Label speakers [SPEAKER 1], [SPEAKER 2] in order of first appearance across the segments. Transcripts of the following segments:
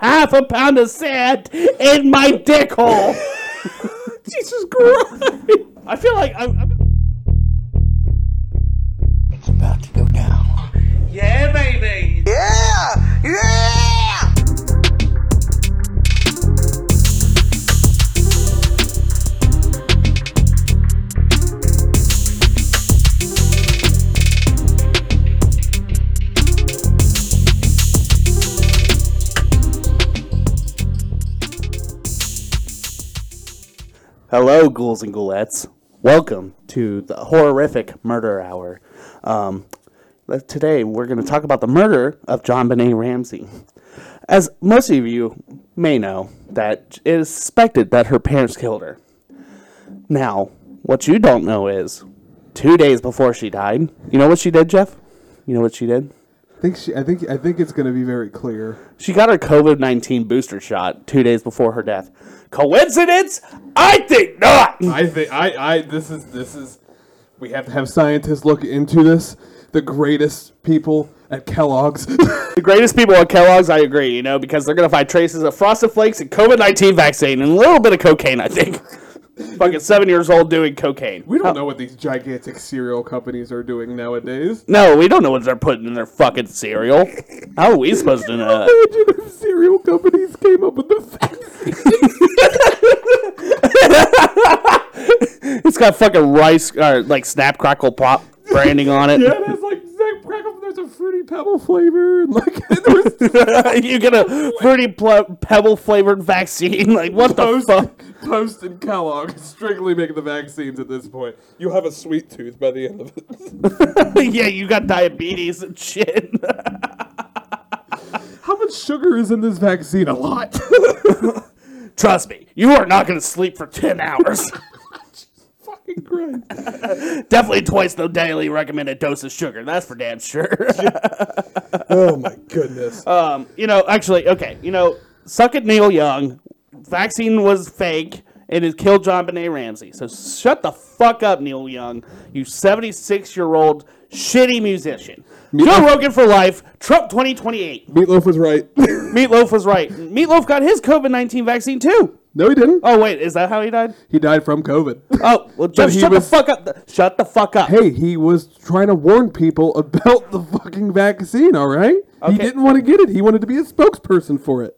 [SPEAKER 1] half a pound of sand in my dick hole. Jesus Christ! I feel like I'm. I'm...
[SPEAKER 2] It's about to go down.
[SPEAKER 3] Yeah, baby.
[SPEAKER 2] Yeah! Yeah!
[SPEAKER 1] Hello, ghouls and ghoulettes. Welcome to the horrific murder hour. Um, but today, we're going to talk about the murder of John Benet Ramsey. As most of you may know, that it is suspected that her parents killed her. Now, what you don't know is, two days before she died, you know what she did, Jeff? You know what she did?
[SPEAKER 4] I think she, I think I think it's going to be very clear.
[SPEAKER 1] She got her COVID 19 booster shot two days before her death. Coincidence? I think not!
[SPEAKER 4] I think I, I this is this is we have to have scientists look into this. The greatest people at Kellogg's.
[SPEAKER 1] The greatest people at Kellogg's, I agree, you know, because they're going to find traces of Frosted Flakes and COVID 19 vaccine and a little bit of cocaine, I think. Fucking seven years old doing cocaine.
[SPEAKER 4] we don't know what these gigantic cereal companies are doing nowadays.
[SPEAKER 1] No, we don't know what they're putting in their fucking cereal. How are we supposed to know? that?
[SPEAKER 4] Imagine if cereal companies came up with the vaccine.
[SPEAKER 1] It's got fucking rice, or like snap, crackle, pop branding on it.
[SPEAKER 4] Yeah, it has like Zack Crackle. There's a fruity pebble flavor, and like there was
[SPEAKER 1] you get a fruity pl- pebble flavored vaccine. Like what the
[SPEAKER 4] Post,
[SPEAKER 1] fuck?
[SPEAKER 4] Post and Kellogg strictly make the vaccines at this point. You'll have a sweet tooth by the end of it.
[SPEAKER 1] yeah, you got diabetes and shit.
[SPEAKER 4] How much sugar is in this vaccine? A lot.
[SPEAKER 1] Trust me, you are not gonna sleep for ten hours.
[SPEAKER 4] Fucking Christ.
[SPEAKER 1] Definitely twice the daily recommended dose of sugar. That's for damn sure.
[SPEAKER 4] Oh my goodness.
[SPEAKER 1] um, you know, actually, okay, you know, suck it, Neil Young. Vaccine was fake. And it killed John Benet Ramsey. So shut the fuck up, Neil Young, you 76 year old shitty musician. Joe Rogan for life, Trump 2028.
[SPEAKER 4] Meatloaf was right.
[SPEAKER 1] Meatloaf was right. Meatloaf got his COVID 19 vaccine too.
[SPEAKER 4] no, he didn't.
[SPEAKER 1] Oh, wait, is that how he died?
[SPEAKER 4] He died from COVID.
[SPEAKER 1] Oh, well, Jeff,
[SPEAKER 4] he
[SPEAKER 1] shut
[SPEAKER 4] was-
[SPEAKER 1] the fuck up. Shut the fuck up.
[SPEAKER 4] hey, he was trying to warn people about the fucking vaccine, all right? He
[SPEAKER 1] Okay.
[SPEAKER 4] didn't want to get it. He wanted to be a spokesperson for it.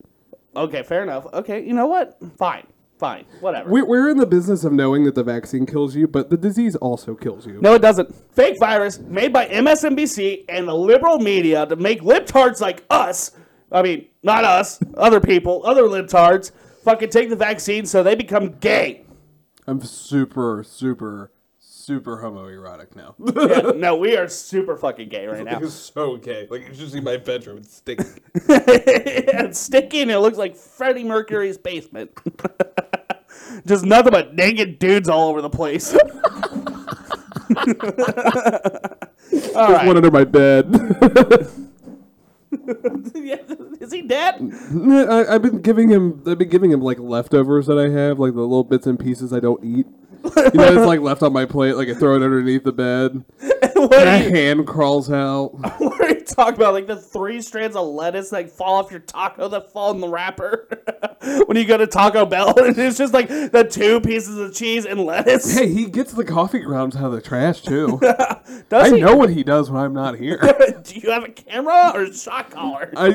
[SPEAKER 1] Okay, fair enough. Okay, you know what? Fine. Fine. Whatever.
[SPEAKER 4] We're, we're in the business of knowing that the vaccine kills you, but the disease also kills you.
[SPEAKER 1] No, it doesn't. Fake virus made by MSNBC and the liberal media to make libtards like us. I mean, not us, other people, other libtards, fucking take the vaccine so they become gay.
[SPEAKER 4] I'm super, super, super homoerotic now.
[SPEAKER 1] Yeah, no, we are super fucking gay right now.
[SPEAKER 4] It's so gay. Like, you should see my bedroom. It's stinking.
[SPEAKER 1] it's sticky and it looks like Freddie Mercury's basement. Just nothing but naked dudes all over the place. all
[SPEAKER 4] One
[SPEAKER 1] right.
[SPEAKER 4] under my bed.
[SPEAKER 1] Is he dead?
[SPEAKER 4] Yeah, I, I've been giving him. I've been giving him like leftovers that I have, like the little bits and pieces I don't eat. You know, it's like left on my plate. Like I throw it underneath the bed.
[SPEAKER 1] What
[SPEAKER 4] My
[SPEAKER 1] are you-
[SPEAKER 4] hand crawls out.
[SPEAKER 1] What are you talking about? Like the three strands of lettuce that fall off your taco that fall in the wrapper when you go to Taco Bell, and it's just like the two pieces of cheese and lettuce.
[SPEAKER 4] Hey, he gets the coffee grounds out of the trash too. I
[SPEAKER 1] Does he?
[SPEAKER 4] know what he does when I'm not here.
[SPEAKER 1] Do you have a camera or a shot collar?
[SPEAKER 4] I.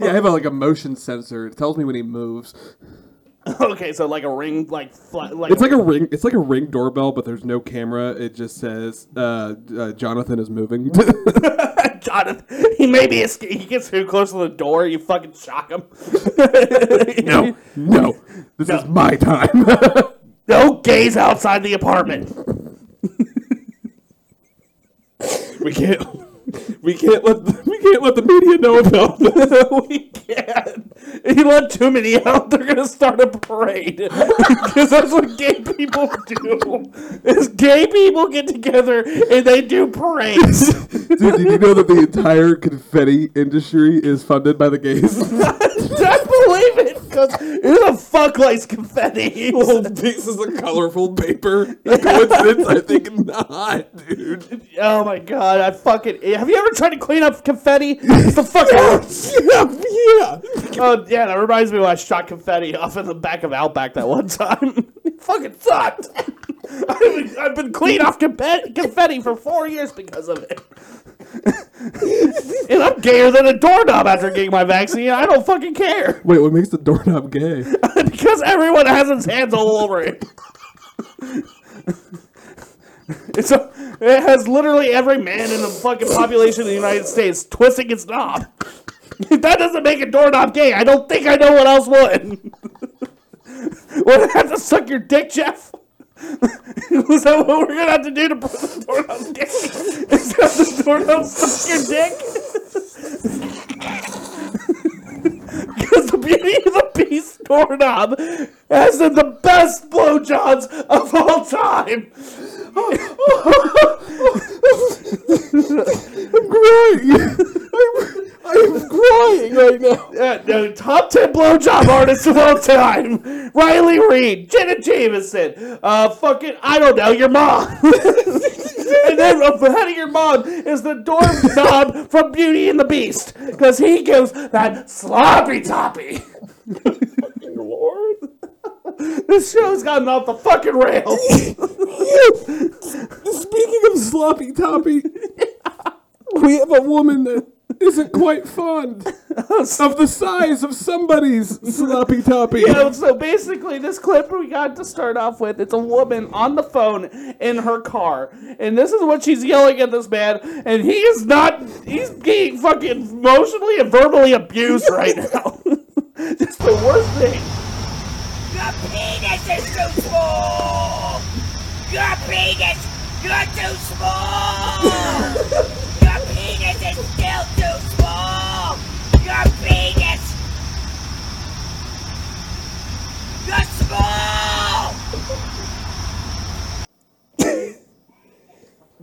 [SPEAKER 4] Yeah, I have a, like a motion sensor. It tells me when he moves.
[SPEAKER 1] okay, so like a ring, like flat, like,
[SPEAKER 4] It's like a ring. It's like a ring doorbell, but there's no camera. It just says uh, uh, Jonathan is moving.
[SPEAKER 1] Jonathan. He maybe is, he gets too close to the door, you fucking shock him.
[SPEAKER 4] no, no, this is my time.
[SPEAKER 1] no gays outside the apartment.
[SPEAKER 4] We can't. We can't let the, we can't let the media know about this.
[SPEAKER 1] we can't. If You let too many out, they're gonna start a parade. Because that's what gay people do. Is gay people get together and they do parades.
[SPEAKER 4] Dude, did you know that the entire confetti industry is funded by the gays?
[SPEAKER 1] I believe it. Because who the fuck likes confetti?
[SPEAKER 4] pieces of colorful paper. A coincidence? I think not, dude.
[SPEAKER 1] oh my god, I fucking have you ever tried to clean up confetti? It's the fucking
[SPEAKER 4] Yeah, yeah.
[SPEAKER 1] Oh yeah, that reminds me when I shot confetti off in the back of Outback that one time. it fucking sucked. I've been, I've been clean off confetti, confetti for four years because of it. and I'm gayer than a doorknob after getting my vaccine. I don't fucking care
[SPEAKER 4] Wait, what makes the doorknob gay?
[SPEAKER 1] because everyone has his hands all over it. It's a, it has literally every man in the fucking population of the United States twisting its knob. that doesn't make a doorknob gay. I don't think I know what else would. would I have to suck your dick, Jeff? Is that what we're gonna have to do to put the doorknob gay? Is that the doorknob suck your dick? Because the beauty of the beast doorknob has the best blowjobs of all time.
[SPEAKER 4] crying. I'm, I'm crying right now.
[SPEAKER 1] Uh, no, top 10 blowjob artists of all time. Riley Reed, Jenna Jameson, uh, fucking, I don't know, your mom. and then up ahead of your mom is the doorknob from Beauty and the Beast. Because he gives that sloppy toppy. fucking lord. this show's gotten off the fucking rails.
[SPEAKER 4] Speaking of sloppy toppy, we have a woman that isn't quite fond of the size of somebody's sloppy toppy.
[SPEAKER 1] So, so basically, this clip we got to start off with, it's a woman on the phone in her car, and this is what she's yelling at this man, and he is not, he's being fucking emotionally and verbally abused right now. That's the worst thing.
[SPEAKER 5] Your penis is too small! Your penis! You're too small! Your penis is still too small! Your penis! You're small!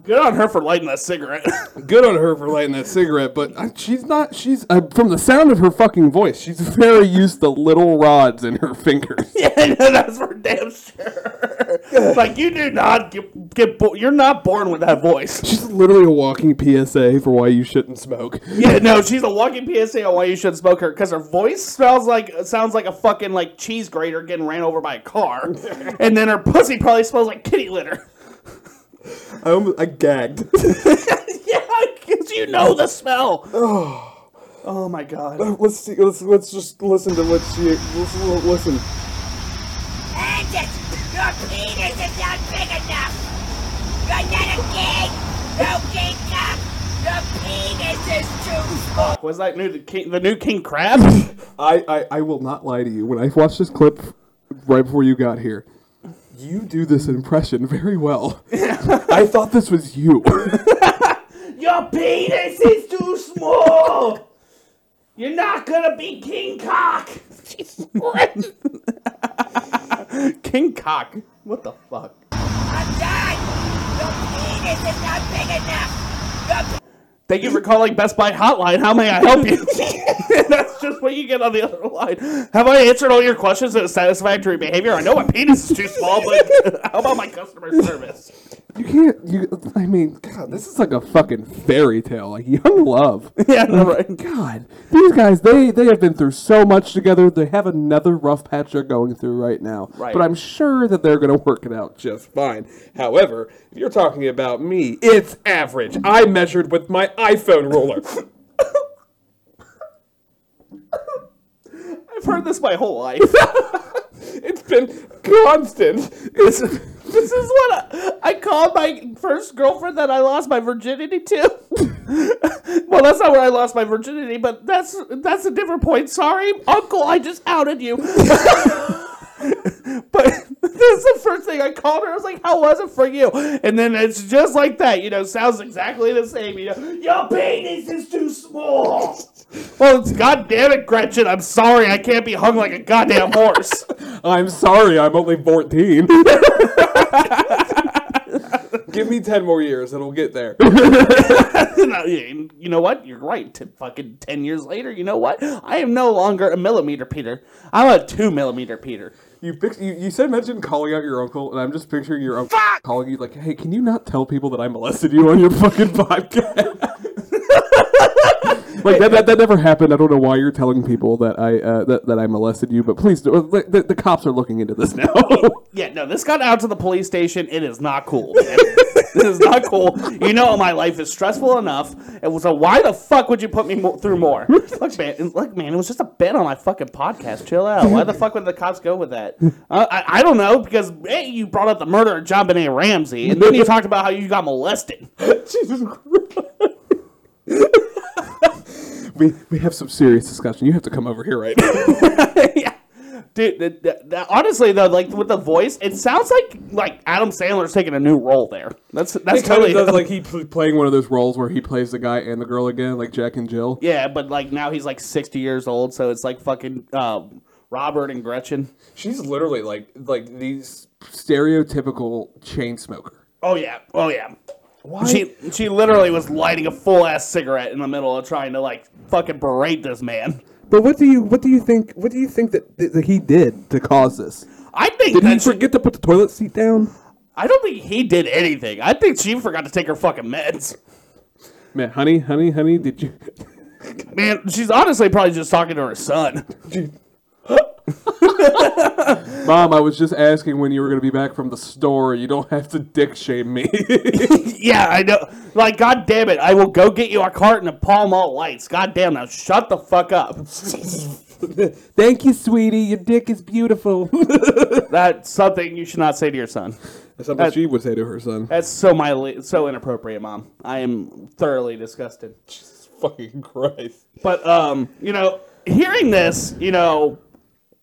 [SPEAKER 1] Good on her for lighting that cigarette.
[SPEAKER 4] Good on her for lighting that cigarette, but uh, she's not. She's uh, from the sound of her fucking voice. She's very used to little rods in her fingers.
[SPEAKER 1] yeah, I know, that's for damn sure. like, you do not get, get bo- you're not born with that voice.
[SPEAKER 4] She's literally a walking PSA for why you shouldn't smoke.
[SPEAKER 1] Yeah, no, she's a walking PSA on why you should smoke her because her voice smells like sounds like a fucking like cheese grater getting ran over by a car, and then her pussy probably smells like kitty litter.
[SPEAKER 4] I, almost, I gagged.
[SPEAKER 1] yeah, because you know the smell. oh my god.
[SPEAKER 4] let's see. Let's let's just listen to what she. Listen. listen.
[SPEAKER 5] And it's, your penis is not big enough! You're not a king! No king up! Your penis is too small!
[SPEAKER 1] Was that new the, king, the new king crab?
[SPEAKER 4] I, I, I will not lie to you. When I watched this clip right before you got here, you do this impression very well. I thought this was you.
[SPEAKER 1] Your penis is too small. You're not gonna be king cock. Jesus Christ. king cock. What the fuck?
[SPEAKER 5] I'm done! Your penis is not big enough! Your
[SPEAKER 1] Thank you for calling Best Buy Hotline. How may I help you? That's just what you get on the other line. Have I answered all your questions in a satisfactory behavior? I know my penis is too small, but how about my customer service?
[SPEAKER 4] You can't. You. I mean, God, this is like a fucking fairy tale. Like young love.
[SPEAKER 1] Yeah, right.
[SPEAKER 4] God, these guys. They they have been through so much together. They have another rough patch they're going through right now.
[SPEAKER 1] Right.
[SPEAKER 4] But I'm sure that they're gonna work it out just fine. However, if you're talking about me, it's average. I measured with my iPhone ruler.
[SPEAKER 1] I've heard this my whole life.
[SPEAKER 4] it's been constant. It's.
[SPEAKER 1] this is what I, I called my first girlfriend that I lost my virginity to. well, that's not where I lost my virginity, but that's that's a different point. Sorry, Uncle, I just outed you. but this is the first thing I called her. I was like, "How was it for you?" And then it's just like that. You know, sounds exactly the same. You know, your penis is too small. well, it's goddamn it, Gretchen. I'm sorry. I can't be hung like a goddamn horse.
[SPEAKER 4] I'm sorry, I'm only 14. Give me 10 more years, and we'll get there.
[SPEAKER 1] No, you you know what? You're right. T- fucking ten years later, you know what? I am no longer a millimeter Peter. I'm a two millimeter Peter.
[SPEAKER 4] You, fix, you you said mention calling out your uncle, and I'm just picturing your uncle calling you like, "Hey, can you not tell people that I molested you on your fucking podcast?" Like that, that, that never happened. I don't know why you're telling people that I uh, that, that I molested you, but please, do, the, the, the cops are looking into this now.
[SPEAKER 1] Yeah, no, this got out to the police station. It is not cool. man. this is not cool. You know, my life is stressful enough. And so, why the fuck would you put me mo- through more? Look, man, and look, man, it was just a bit on my fucking podcast. Chill out. Why the fuck would the cops go with that? Uh, I, I don't know, because hey, you brought up the murder of John Benet Ramsey, and then you talked about how you got molested.
[SPEAKER 4] Jesus Christ. we, we have some serious discussion. You have to come over here right now.
[SPEAKER 1] yeah. Dude, th- th- th- honestly though, like with the voice, it sounds like like Adam Sandler's taking a new role there. That's that's
[SPEAKER 4] It kind
[SPEAKER 1] totally
[SPEAKER 4] of does like he pl- playing one of those roles where he plays the guy and the girl again, like Jack and Jill.
[SPEAKER 1] Yeah, but like now he's like sixty years old, so it's like fucking um, Robert and Gretchen.
[SPEAKER 4] She's literally like like these stereotypical chain smoker.
[SPEAKER 1] Oh yeah, oh yeah. She she literally was lighting a full ass cigarette in the middle of trying to like fucking berate this man.
[SPEAKER 4] But what do you what do you think what do you think that, that, that he did to cause this?
[SPEAKER 1] I think
[SPEAKER 4] Did he
[SPEAKER 1] that she-
[SPEAKER 4] forget to put the toilet seat down?
[SPEAKER 1] I don't think he did anything. I think she forgot to take her fucking meds.
[SPEAKER 4] Man, honey, honey, honey, did you
[SPEAKER 1] Man, she's honestly probably just talking to her son.
[SPEAKER 4] Mom, I was just asking when you were gonna be back from the store. You don't have to dick shame me.
[SPEAKER 1] yeah, I know. Like, god damn it, I will go get you a carton of Pall Mall lights. God damn, now shut the fuck up.
[SPEAKER 4] Thank you, sweetie. Your dick is beautiful.
[SPEAKER 1] That's something you should not say to your son.
[SPEAKER 4] That's something she would say to her son.
[SPEAKER 1] That's so mildly, so inappropriate, mom. I am thoroughly disgusted.
[SPEAKER 4] Fucking Christ.
[SPEAKER 1] But um, you know, hearing this, you know,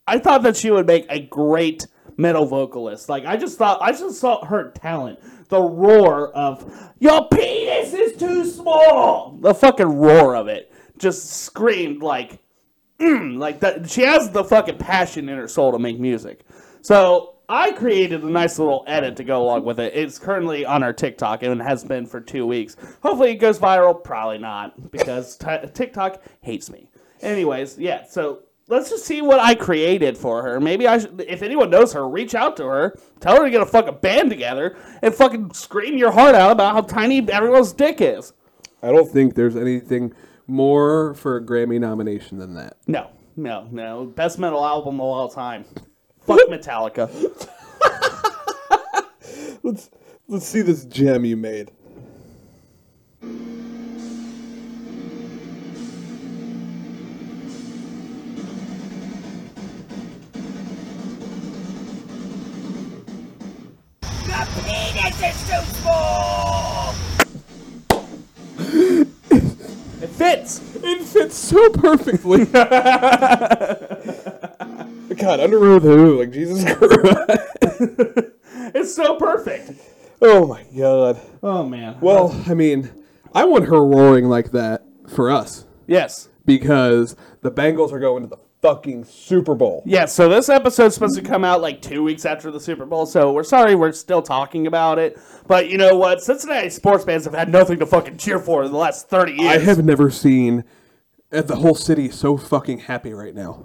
[SPEAKER 1] I thought that she would make a great metal vocalist. Like I just thought, I just saw her talent. The roar of your penis is too small. The fucking roar of it just screamed like, mm, like that. She has the fucking passion in her soul to make music. So. I created a nice little edit to go along with it. It's currently on our TikTok and has been for two weeks. Hopefully, it goes viral. Probably not because t- TikTok hates me. Anyways, yeah. So let's just see what I created for her. Maybe I should, if anyone knows her, reach out to her, tell her to get a fucking band together and fucking scream your heart out about how tiny everyone's dick is.
[SPEAKER 4] I don't think there's anything more for a Grammy nomination than that.
[SPEAKER 1] No, no, no. Best metal album of all time. Fuck Metallica.
[SPEAKER 4] Let's let's see this gem you made.
[SPEAKER 5] The penis is too small!
[SPEAKER 1] It fits.
[SPEAKER 4] It fits so perfectly. God, Underoath Who, like Jesus Christ.
[SPEAKER 1] It's so perfect.
[SPEAKER 4] oh my God.
[SPEAKER 1] Oh man.
[SPEAKER 4] Well, I mean, I want her roaring like that for us
[SPEAKER 1] yes.
[SPEAKER 4] because the Bengals are going to the fucking Super Bowl.
[SPEAKER 1] Yeah, so this episode's supposed to come out like two weeks after the Super Bowl, so we're sorry we're still talking about it. But you know what? Cincinnati sports fans have had nothing to fucking cheer for in the last 30
[SPEAKER 4] I
[SPEAKER 1] years.
[SPEAKER 4] have never seen uh, the whole city so fucking happy right now.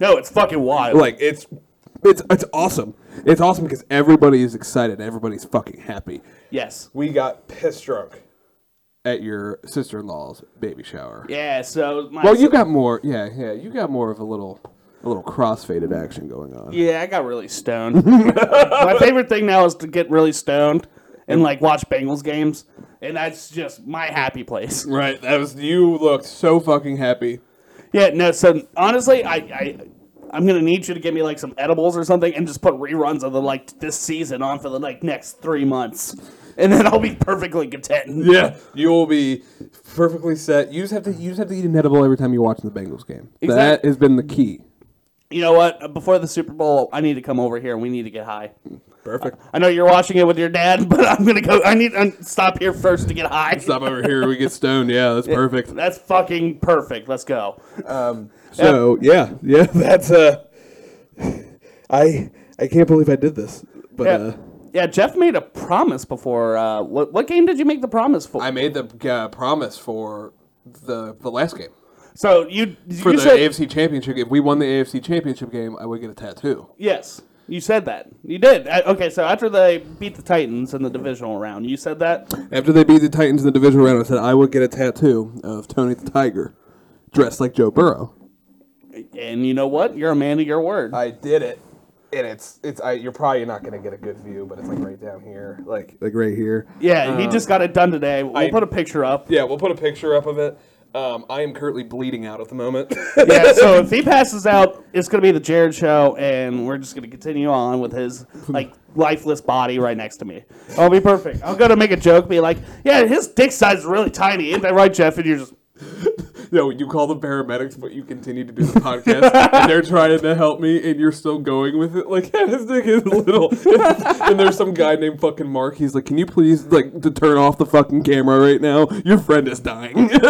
[SPEAKER 1] No, it's fucking wild.
[SPEAKER 4] Like it's it's it's awesome. It's awesome because everybody is excited. Everybody's fucking happy.
[SPEAKER 1] yes.
[SPEAKER 6] we got piss drunk.
[SPEAKER 4] at your sister in law's baby shower.
[SPEAKER 1] Yeah, so. My
[SPEAKER 4] Well, you got more. Yeah, yeah, you got more of a little, a little crossfaded action going on.
[SPEAKER 1] Yeah, I got really stoned. my favorite thing now is to get really stoned and like watch Bengals games, and that's just my happy place.
[SPEAKER 4] Right. That was you looked so fucking happy.
[SPEAKER 1] Yeah, no. So honestly, I, I I'm gonna need you to give me like some edibles or something, and just put reruns of the like this season on for the like next three months, and then I'll be perfectly content.
[SPEAKER 4] Yeah. You will be perfectly set. You just have to. You just have to eat an edible every time you watch the Bengals game. That
[SPEAKER 1] Exact-
[SPEAKER 4] has been the key.
[SPEAKER 1] You know what? Before the Super Bowl, I need to come over here and we need to get high.
[SPEAKER 4] Perfect.
[SPEAKER 1] I know you're watching it with your dad, but I'm gonna go. I need to stop here first to get high.
[SPEAKER 4] Stop over here. We get stoned. Yeah, that's perfect.
[SPEAKER 1] That's fucking perfect. Let's go.
[SPEAKER 4] So yeah, yeah. That's uh, I I can't believe I did this, but
[SPEAKER 1] Yeah.
[SPEAKER 4] uh.
[SPEAKER 1] yeah, Jeff made a promise before. Uh, what what game did you make the promise for?
[SPEAKER 4] I made the uh, promise for the the last game.
[SPEAKER 1] so you you
[SPEAKER 4] for the
[SPEAKER 1] said
[SPEAKER 4] AFC Championship game. If we won the AFC Championship game, I would get a tattoo.
[SPEAKER 1] yes. You said that. You did. I, okay, so after they beat the Titans in the divisional round, you said that.
[SPEAKER 4] After they beat the Titans in the division round, I said I would get a tattoo of Tony the Tiger, dressed like Joe Burrow.
[SPEAKER 1] And you know what? You're a man of your word.
[SPEAKER 6] I did it, and it's it's. I, you're probably not gonna get a good view, but it's like right down here. Like
[SPEAKER 4] Like right here.
[SPEAKER 1] yeah, he just got it done today. We'll
[SPEAKER 6] Uh-huh. I-
[SPEAKER 1] put a picture up.
[SPEAKER 6] yeah, we'll put a picture up of it. Um, I am currently bleeding out at the moment.
[SPEAKER 1] yeah, so if he passes out, it's going to be the Jared show, and we're just going to continue on with his like lifeless body right next to me. I'll be perfect. I'm going to make a joke, be like, "Yeah, his dick size is really tiny, isn't that right, Jeff?" And you're just,
[SPEAKER 4] No, you call the paramedics, but you continue to do the podcast, and they're trying to help me, and you're still going with it. Like, yeah, this dick is little. and there's some guy named fucking Mark. He's like, can you please like to turn off the fucking camera right now? Your friend is dying.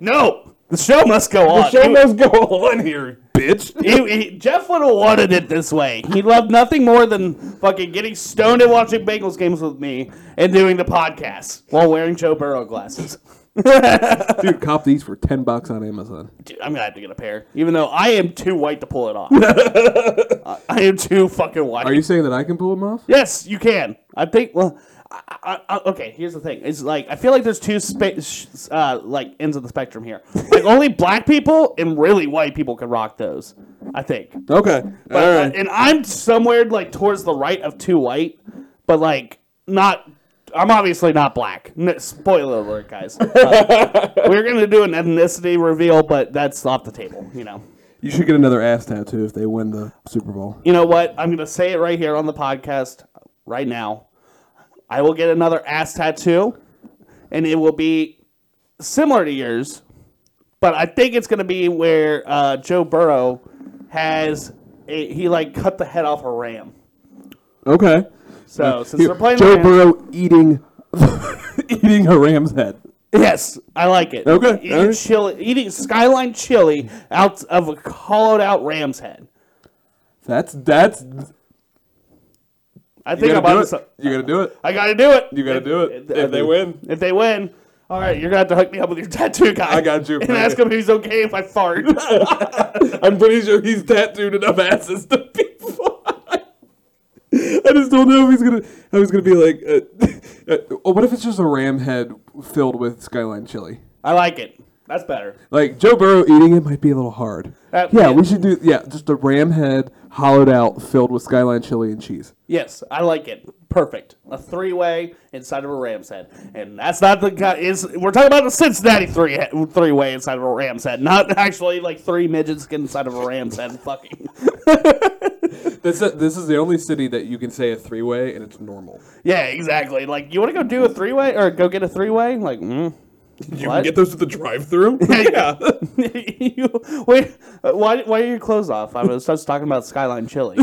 [SPEAKER 1] "No, the show must go on."
[SPEAKER 4] Show must go on here, bitch.
[SPEAKER 1] He- he- Jeff would have wanted it this way. He loved nothing more than fucking getting stoned and watching Bengals games with me and doing the podcast while wearing Joe Burrow glasses.
[SPEAKER 4] Dude, cop these for ten bucks on Amazon.
[SPEAKER 1] Dude, I'm gonna have to get a pair, even though I am too white to pull it off. I- I am too fucking white.
[SPEAKER 4] Are you saying that I can pull them off?
[SPEAKER 1] Yes, you can. I think. Well, I, I, I, okay. Here's the thing. It's like I feel like there's two spa- sh- uh, like ends of the spectrum here. Like only black people and really white people can rock those. I think.
[SPEAKER 4] Okay.
[SPEAKER 1] But, uh,
[SPEAKER 4] All right.
[SPEAKER 1] and I'm somewhere like towards the right of two white, but like not. I'm obviously not black. N- spoiler alert, guys. But we're gonna do an ethnicity reveal, but that's off the table. You know.
[SPEAKER 4] You should get another ass tattoo if they win the Super Bowl.
[SPEAKER 1] you know what? I'm gonna say it right here on the podcast right now. I will get another ass tattoo, and it will be similar to yours, but I think it's gonna be where uh, Joe Burrow has a, he like cut the head off a ram.
[SPEAKER 4] Okay.
[SPEAKER 1] So since we're playing
[SPEAKER 4] Joe
[SPEAKER 1] the Rams-
[SPEAKER 4] Burrow eating eating a ram's head.
[SPEAKER 1] yes, I like it.
[SPEAKER 4] Okay,
[SPEAKER 1] eating
[SPEAKER 4] alright.
[SPEAKER 1] chili, eating skyline chili out of a hollowed out ram's head.
[SPEAKER 4] That's that's
[SPEAKER 1] I
[SPEAKER 4] You
[SPEAKER 1] think I'm
[SPEAKER 4] gotta
[SPEAKER 1] on
[SPEAKER 4] do
[SPEAKER 1] to
[SPEAKER 4] it.
[SPEAKER 1] some-
[SPEAKER 4] You gotta do it.
[SPEAKER 1] I gotta do it.
[SPEAKER 4] You gotta do it.
[SPEAKER 1] If-
[SPEAKER 4] If they win.
[SPEAKER 1] If they win, all right, you're gonna have to hook me up with your tattoo guy.
[SPEAKER 4] I got you,
[SPEAKER 1] And
[SPEAKER 4] man.
[SPEAKER 1] ask him if he's okay if I fart.
[SPEAKER 4] I'm pretty sure he's tattooed enough asses to be fine. I just don't know if he's gonna. How he's gonna be like. Uh, uh, oh, what if it's just a ram head filled with skyline chili?
[SPEAKER 1] I like it. That's better.
[SPEAKER 4] Like Joe Burrow eating it might be a little hard.
[SPEAKER 1] That-
[SPEAKER 4] yeah,
[SPEAKER 1] yeah.
[SPEAKER 4] we should do. Yeah, just a ram head hollowed out, filled with skyline chili and cheese.
[SPEAKER 1] Yes, I like it. Perfect. A three-way inside of a ram's head, and that's not the guy. Is we're talking about the Cincinnati three three-way inside of a ram's head, not actually like three midgets get inside of a ram's head. and Fucking
[SPEAKER 4] This this is the only city that you can say a three way and it's normal.
[SPEAKER 1] yeah, exactly. Like you want to go do a three-way or go get a three-way? Like. Mm.
[SPEAKER 4] You
[SPEAKER 1] What? get
[SPEAKER 4] those at the drive through.
[SPEAKER 1] yeah. you, wait, uh, why, why are your clothes off? I was just talking about Skyline Chili.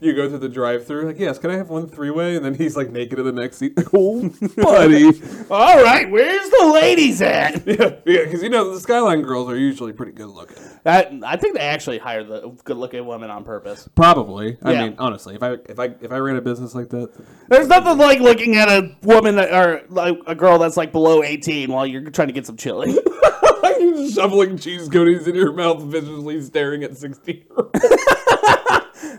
[SPEAKER 4] You go through the drive-through, like, yes, can I have one three-way? And then he's like naked in the next seat. Oh, buddy.
[SPEAKER 1] All right, where's the ladies at?
[SPEAKER 4] yeah, because you know the skyline girls are usually pretty good looking.
[SPEAKER 1] That, I think they actually hire the good-looking women on purpose.
[SPEAKER 4] Probably. I
[SPEAKER 1] Yeah.
[SPEAKER 4] mean, honestly, if I if I if I ran a business like that,
[SPEAKER 1] There's nothing like looking at a woman that, or like a girl that's like below 18 while you're trying to get some chili.
[SPEAKER 4] you're just shoveling cheese goodies in your mouth, viciously staring at sixteen.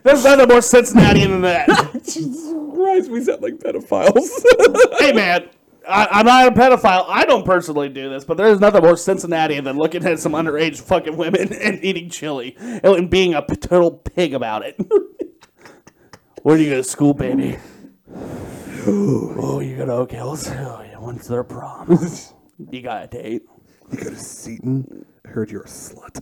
[SPEAKER 1] There's nothing more Cincinnati than that.
[SPEAKER 4] Jesus Christ, we sound like pedophiles.
[SPEAKER 1] hey, man. I, I'm not a pedophile. I don't personally do this, but there's nothing more Cincinnati than looking at some underage fucking women and eating chili and, and being a p- total pig about it. Where do you go to school, baby? Oh, you go to Oak Hills? Oh, yeah, when's their prom? you got a date?
[SPEAKER 4] Seaton, I heard you're a slut.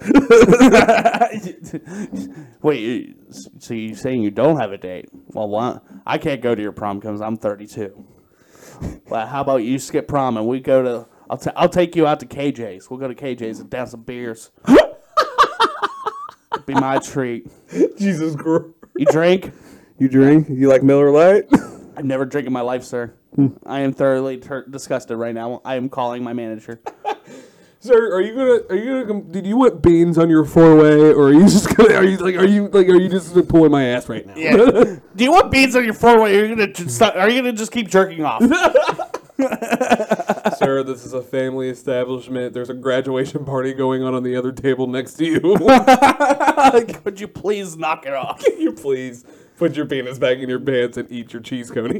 [SPEAKER 1] Wait, you- so you're saying you don't have a date? Well, what? I can't go to your prom because I'm 32. Well, how about you skip prom and we go to? I'll, ta- I'll take you out to KJ's. We'll go to KJ's and down some beers. Be my treat.
[SPEAKER 4] Jesus Christ.
[SPEAKER 1] You drink?
[SPEAKER 4] You drink? You like Miller Lite?
[SPEAKER 1] I've never drank in my life, sir. I am thoroughly tur disgusted right now. I am calling my manager.
[SPEAKER 4] Sir, are you gonna are you gonna come, did you want beans on your four way or are you just gonna are you like are you like are you just pulling my ass right now?
[SPEAKER 1] Yeah. Do you want beans on your four way? Are you gonna just, are you gonna just keep jerking off?
[SPEAKER 4] Sir, this is a family establishment. There's a graduation party going on on the other table next to you.
[SPEAKER 1] Could you please knock it off?
[SPEAKER 4] you please. Put your penis back in your pants and eat your cheese cone.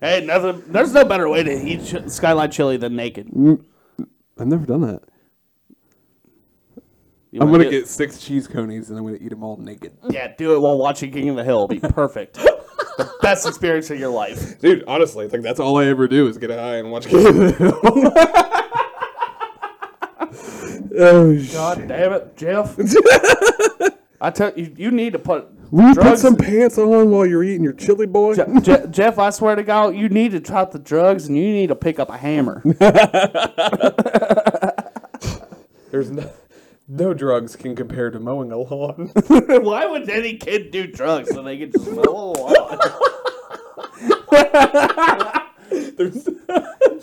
[SPEAKER 1] Hey, nothing. There's no better way to eat ch- skyline chili than naked. You
[SPEAKER 4] I've never done that. I'm
[SPEAKER 1] wanna
[SPEAKER 4] gonna
[SPEAKER 1] do
[SPEAKER 4] get six cheese conies and I'm gonna eat them all naked.
[SPEAKER 1] Yeah, do it while watching King of the Hill. It'll be perfect. the best experience of your life.
[SPEAKER 4] Dude, honestly, like that's all I ever do is get high and watch King of the Hill. oh shit!
[SPEAKER 1] God damn it, Jeff. I tell you, you need to put.
[SPEAKER 4] Will you put
[SPEAKER 1] drugs-
[SPEAKER 4] some pants on while you're eating your chili, boy?
[SPEAKER 1] Je- Je- Jeff, I swear to God, you need to try the drugs and you need to pick up a hammer.
[SPEAKER 4] There's no, no drugs can compare to mowing a lawn.
[SPEAKER 1] Why would any kid do drugs so they could just mow a lawn?
[SPEAKER 4] There's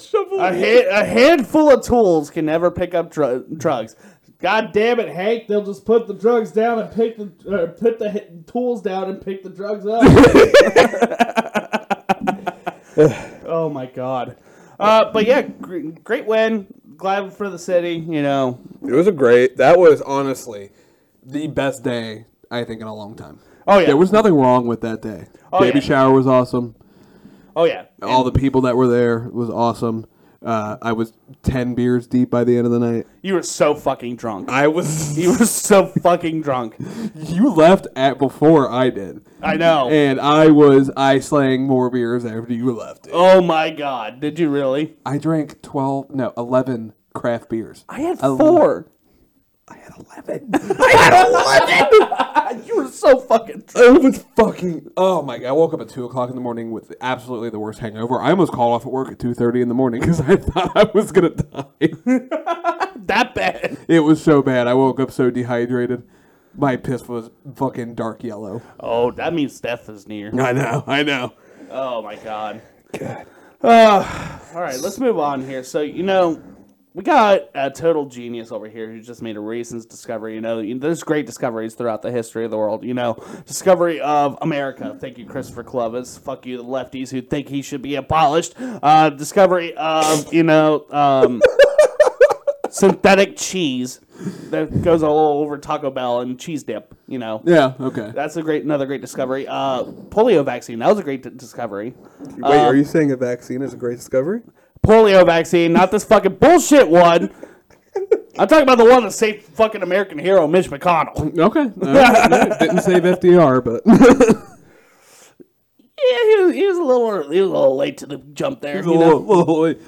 [SPEAKER 4] shovel.
[SPEAKER 1] A, hand, a handful of tools can never pick up dr- drugs. God damn it, Hank! They'll just put the drugs down and pick the uh, put the h- tools down and pick the drugs up. oh my god! Uh, but yeah, gr- great win. Glad for the city. You know,
[SPEAKER 4] It was a great. That was honestly the best day I think in a long time.
[SPEAKER 1] Oh, yeah.
[SPEAKER 4] There was nothing wrong with that day.
[SPEAKER 1] Oh,
[SPEAKER 4] Baby
[SPEAKER 1] yeah.
[SPEAKER 4] shower was awesome.
[SPEAKER 1] Oh yeah.
[SPEAKER 4] All the people that were there was awesome. Uh, I was ten beers deep by the end of the night.
[SPEAKER 1] You were so fucking drunk.
[SPEAKER 4] I was.
[SPEAKER 1] You were so fucking drunk.
[SPEAKER 4] you left at before I did,
[SPEAKER 1] I know.
[SPEAKER 4] and I was I slang more beers after you left.
[SPEAKER 1] Oh my god. Did you really?
[SPEAKER 4] I drank twelve, no, eleven craft beers.
[SPEAKER 1] I had
[SPEAKER 4] Ele-
[SPEAKER 1] four.
[SPEAKER 4] I had eleven.
[SPEAKER 1] You were so fucking drunk.
[SPEAKER 4] It was fucking. Oh my god! I woke up at two o'clock in the morning with absolutely the worst hangover. I almost called off at work at two thirty in the morning because I thought I was gonna die.
[SPEAKER 1] that bad.
[SPEAKER 4] it was so bad. I woke up so dehydrated. My piss was fucking dark yellow.
[SPEAKER 1] Oh, that means death is near.
[SPEAKER 4] I know. I know.
[SPEAKER 1] Oh my god. God. Uh, all right, let's move on here. So you know, we got a total genius over here who just made a recent discovery. You know, you- there's great discoveries throughout the history of the world. You know, discovery of America. Thank you, Christopher Columbus. Fuck you, the lefties who think he should be abolished. Uh, discovery of you know. Um, Synthetic cheese that goes all over Taco Bell and cheese dip, you know.
[SPEAKER 4] Yeah. Okay. Wait,
[SPEAKER 1] That's a great, another great discovery. Uh, polio vaccine. That was a great d- discovery.
[SPEAKER 4] are you saying a vaccine is a great discovery?
[SPEAKER 1] Polio vaccine, not this fucking bullshit one. I'm talking about the one that saved fucking American hero Mitch McConnell.
[SPEAKER 4] Okay. Uh, didn't save FDR, but
[SPEAKER 1] Yeah, he was, he was a little he was a little late to the jump there. You know?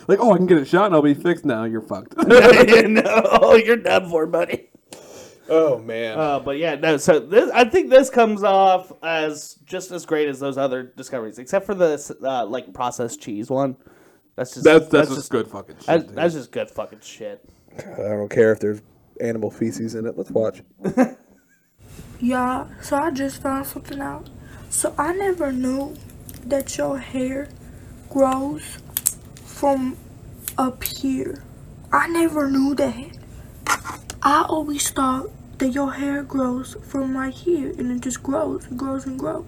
[SPEAKER 4] like, oh, I can get it shot and I'll be fixed. Now you're fucked.
[SPEAKER 1] no, you're done for, buddy.
[SPEAKER 6] Oh man.
[SPEAKER 1] Uh, but yeah, no. So this, I think this comes off as just as great as those other discoveries, except for this uh, like processed cheese one. That's just
[SPEAKER 4] that's that's, just,
[SPEAKER 1] just
[SPEAKER 4] good fucking shit.
[SPEAKER 1] that's,
[SPEAKER 4] dude.
[SPEAKER 1] that's just good fucking shit.
[SPEAKER 6] I don't care if there's animal feces in it. Let's watch.
[SPEAKER 7] Y'all, so I just found something out. So I never knew that your hair grows from up here. I never knew that. I always thought that your hair grows from right here and it just grows and grows and grows.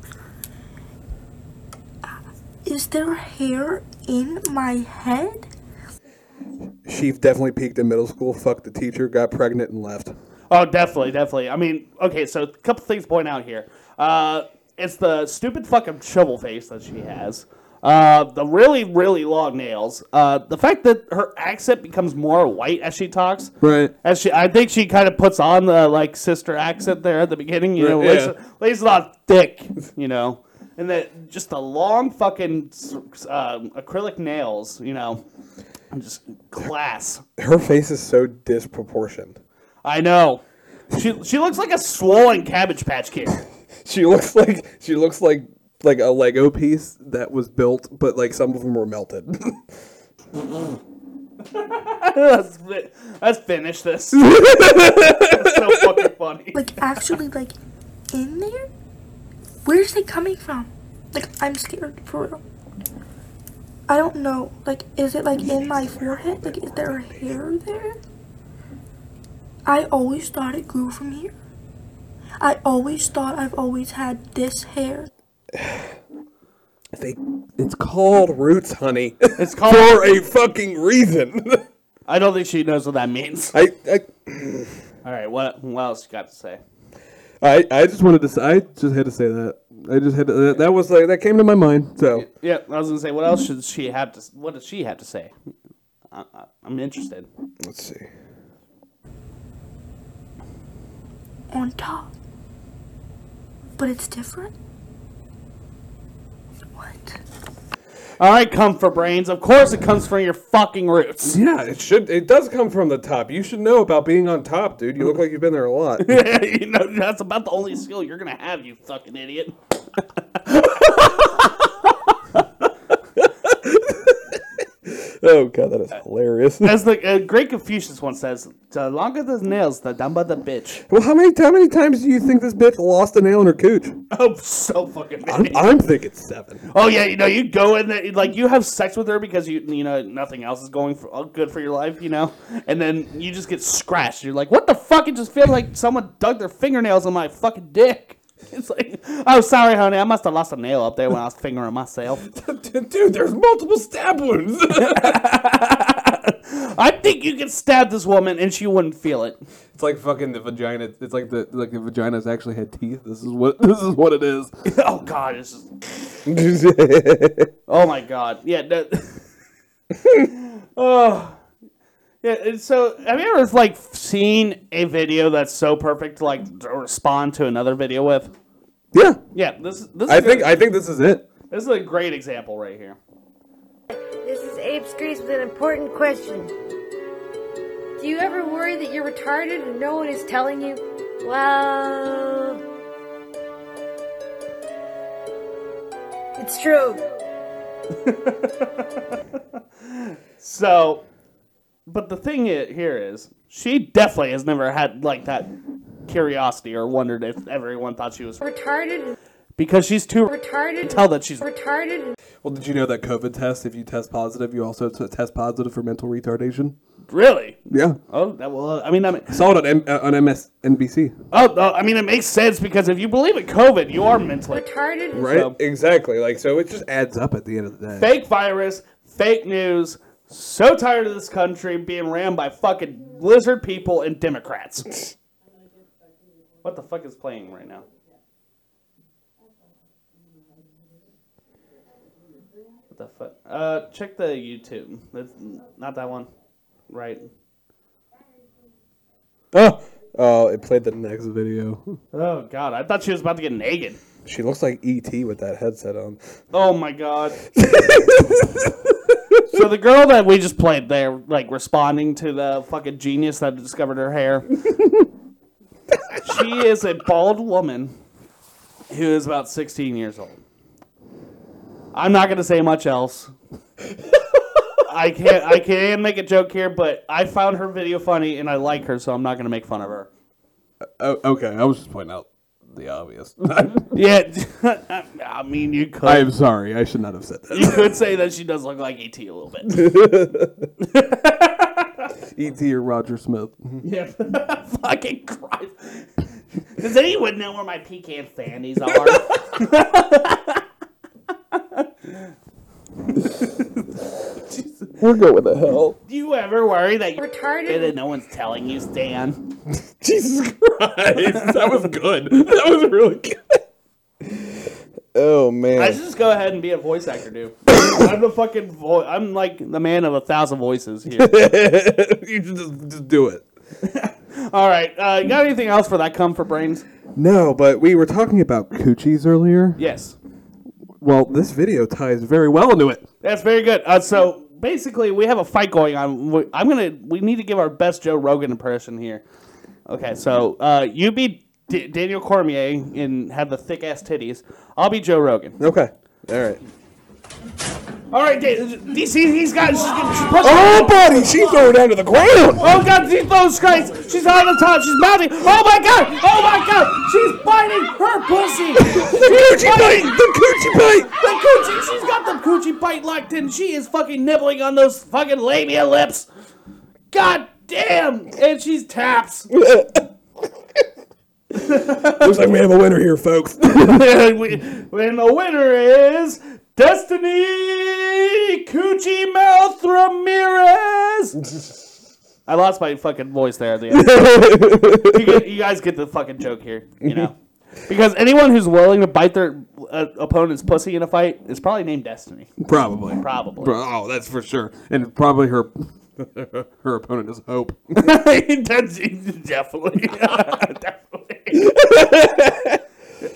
[SPEAKER 7] Is there hair in my head?
[SPEAKER 6] Sheaf definitely peaked in middle school. Fucked the teacher. Got pregnant and left.
[SPEAKER 1] Oh, definitely, definitely. I mean, okay, so a couple things to point out here. Uh, it's the stupid fucking shovel face that she has. Uh, the really, really long nails. Uh, the fact that her accent becomes more white as she talks.
[SPEAKER 4] Right.
[SPEAKER 1] As she, I think she kind of puts on the like sister accent there at the beginning. You know,
[SPEAKER 4] Right,
[SPEAKER 1] lays,
[SPEAKER 4] yeah.
[SPEAKER 1] lays it on thick. You know, and that just the long fucking um, acrylic nails. You know, just class.
[SPEAKER 6] Her face is so disproportioned.
[SPEAKER 1] I know. She she looks like a swollen cabbage patch kid.
[SPEAKER 6] She looks like she looks like like a Lego piece that was built, but like some of them were melted.
[SPEAKER 1] let's, fi- let's finish this. That's so fucking funny.
[SPEAKER 7] Like actually like in there? Where's it coming from? Like I'm scared for real. I don't know. Like is it like in my forehead? Like is there hair there? I always thought it grew from here. I always thought I've always had this hair.
[SPEAKER 6] they, it's called roots, honey,
[SPEAKER 1] It's called.
[SPEAKER 6] for a fucking reason.
[SPEAKER 1] I don't think she knows what that means.
[SPEAKER 6] I, I
[SPEAKER 1] All right, what what else you got to say?
[SPEAKER 4] I, I just wanted to say, I just had to say that. I just had to, that, that was like that came to my mind. So
[SPEAKER 1] Yeah, I was gonna say, what else should she have to? What does she have to say? I, I, I'm interested.
[SPEAKER 4] let's see.
[SPEAKER 7] on top. But it's different? What?
[SPEAKER 1] All right, come for brains. Of course, it comes from your fucking roots.
[SPEAKER 4] Yeah, it should. It does come from the top. You should know about being on top, dude. You look like you've been there a lot.
[SPEAKER 1] you know, that's about the only skill you're gonna have, you fucking idiot.
[SPEAKER 4] oh god, that is hilarious.
[SPEAKER 1] As the uh, great Confucius once says, "The longer the nails, the dumber the bitch."
[SPEAKER 4] Well, how many how many times do you think this bitch lost a nail in her cooch?
[SPEAKER 1] Oh, so fucking.
[SPEAKER 4] I'm,
[SPEAKER 1] many.
[SPEAKER 4] I'm thinking seven.
[SPEAKER 1] Oh yeah, you know, you go in there, like you have sex with her because you, you know, nothing else is going for, uh, good for your life, you know, and then you just get scratched. You're like, what the fuck? It just feels like someone dug their fingernails in my fucking dick. It's like, oh sorry, honey, I must have lost a nail up there when I was fingering myself.
[SPEAKER 4] dude, there's multiple stab wounds.
[SPEAKER 1] I think you could stab this woman and she wouldn't feel it.
[SPEAKER 4] it's like fucking the vagina. It's like the like the vagina's actually had teeth. This is what this is what it is.
[SPEAKER 1] oh god, it's just Oh my god. Yeah. That, oh. Yeah. And so, have you ever like seen a video that's so perfect to like to respond to another video with?
[SPEAKER 4] yeah,
[SPEAKER 1] Yeah. This this
[SPEAKER 4] I
[SPEAKER 1] is
[SPEAKER 4] think
[SPEAKER 1] a,
[SPEAKER 4] I think this is it.
[SPEAKER 1] this is a great example right here.
[SPEAKER 8] This is Abe's Grease with an important question. Do you ever worry that you're retarded and no one is telling you? Well, it's true.
[SPEAKER 1] So, but the thing i- here is, she definitely has never had like that curiosity or wondered if everyone thought she was
[SPEAKER 8] Retarded,
[SPEAKER 1] because she's too
[SPEAKER 8] retarded,
[SPEAKER 1] tell that she's
[SPEAKER 8] retarded.
[SPEAKER 4] Well, did you know that COVID test? If you test positive, you also t- test positive for mental retardation.
[SPEAKER 1] really.
[SPEAKER 4] Yeah,
[SPEAKER 1] Oh, that well, I mean, I mean,
[SPEAKER 4] saw it on M- uh, on MSNBC.
[SPEAKER 1] oh, oh, I mean, it makes sense because if you believe in COVID, you are mentally
[SPEAKER 8] Retarded,
[SPEAKER 4] Right,
[SPEAKER 1] So-
[SPEAKER 4] exactly. Like so, it just adds up at the end of the day.
[SPEAKER 1] fake virus, fake news. So tired of this country being ran by fucking lizard people and Democrats. what the fuck is playing right now? What the fuck? Uh, check the YouTube. That's not that one, right?
[SPEAKER 4] Oh, oh, it played the next video.
[SPEAKER 1] Oh god, I thought she was about to get naked.
[SPEAKER 4] She looks like ET with that headset on.
[SPEAKER 1] Oh my god. so the girl that we just played there, like responding to the fucking genius that discovered her hair. she is a bald woman who is about 16 years old. I'm not gonna say much else. I can't I can't make a joke here, but I found her video funny and I like her, so I'm not gonna make fun of her.
[SPEAKER 4] Oh, okay, I was just pointing out the obvious.
[SPEAKER 1] Yeah, I- I mean you could
[SPEAKER 4] I am sorry. I should not have said that.
[SPEAKER 1] you could say that she does look like ET a little bit.
[SPEAKER 4] ET E or Roger Smith.
[SPEAKER 1] Yeah. Fucking Christ. Does anyone know where my pecan fannies are?
[SPEAKER 4] We're going to hell.
[SPEAKER 1] Do you ever worry that you're
[SPEAKER 8] retarded.
[SPEAKER 1] that no one's telling you, Stan?
[SPEAKER 4] Jesus Christ, that was good. That was really good. Oh
[SPEAKER 1] I
[SPEAKER 4] man.
[SPEAKER 1] should just go ahead and be a voice actor, dude. I'm the fucking voice. I'm like the man of a thousand voices here.
[SPEAKER 4] you should just, just do it.
[SPEAKER 1] All right. Uh, got anything else for that? Come for brains?
[SPEAKER 4] No, but we were talking about coochies earlier.
[SPEAKER 1] Yes.
[SPEAKER 4] Well, this video ties very well into it.
[SPEAKER 1] That's very good. Uh, so basically, we have a fight going on. We- I'm gonna. We need to give our best Joe Rogan impression here. Okay, so uh, you be D- Daniel Cormier and have the thick ass titties. I'll be Joe Rogan.
[SPEAKER 4] Okay. All right.
[SPEAKER 1] All right, D- DC. He's got. She's gonna, she's pushing-
[SPEAKER 4] Oh, buddy, she threw it down to the ground.
[SPEAKER 1] Oh God! Jesus Christ! She's on the top. She's mounting. Oh my God! Oh my God! She's biting her pussy.
[SPEAKER 4] The coochie bite. The coochie bite.
[SPEAKER 1] The coochie. She's got the coochie bite locked in. She is fucking nibbling on those fucking labia lips. God damn! And she's taps.
[SPEAKER 4] Looks like we have a winner here, folks.
[SPEAKER 1] and, we, and the winner is Destiny Coochie Mouth Ramirez. I lost my fucking voice there. At the end. you, get, you guys get the fucking joke here, you know. Because anyone who's willing to bite their uh, opponent's pussy in a fight is probably named Destiny.
[SPEAKER 4] Probably.
[SPEAKER 1] Probably.
[SPEAKER 4] Bro, oh, that's for sure. And probably her her opponent is Hope.
[SPEAKER 1] That's- definitely. definitely.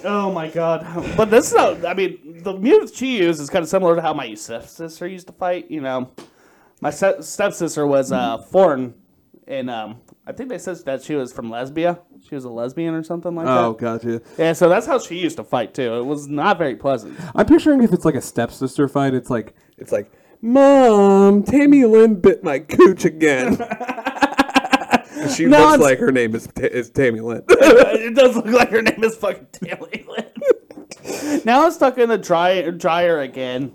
[SPEAKER 1] oh my god. But this is not, I mean, the music she used is kind of similar to how my stepsister used to fight. You know, my se- stepsister was uh, foreign, and um, I think they said that she was from Lesbia. She was a lesbian or something like
[SPEAKER 4] Oh,
[SPEAKER 1] that.
[SPEAKER 4] gotcha.
[SPEAKER 1] Yeah, so that's how she used to fight, too. It was not very pleasant.
[SPEAKER 4] I'm picturing if it's like a stepsister fight, it's like it's like Mom, Tammy Lynn bit my cooch again. And she
[SPEAKER 1] No,
[SPEAKER 4] looks
[SPEAKER 1] it's-
[SPEAKER 4] like her name is, Ta- is Tammy Lynn.
[SPEAKER 1] it does look like her name is fucking Taylor Lynn. now I'm stuck in the dry, dryer again.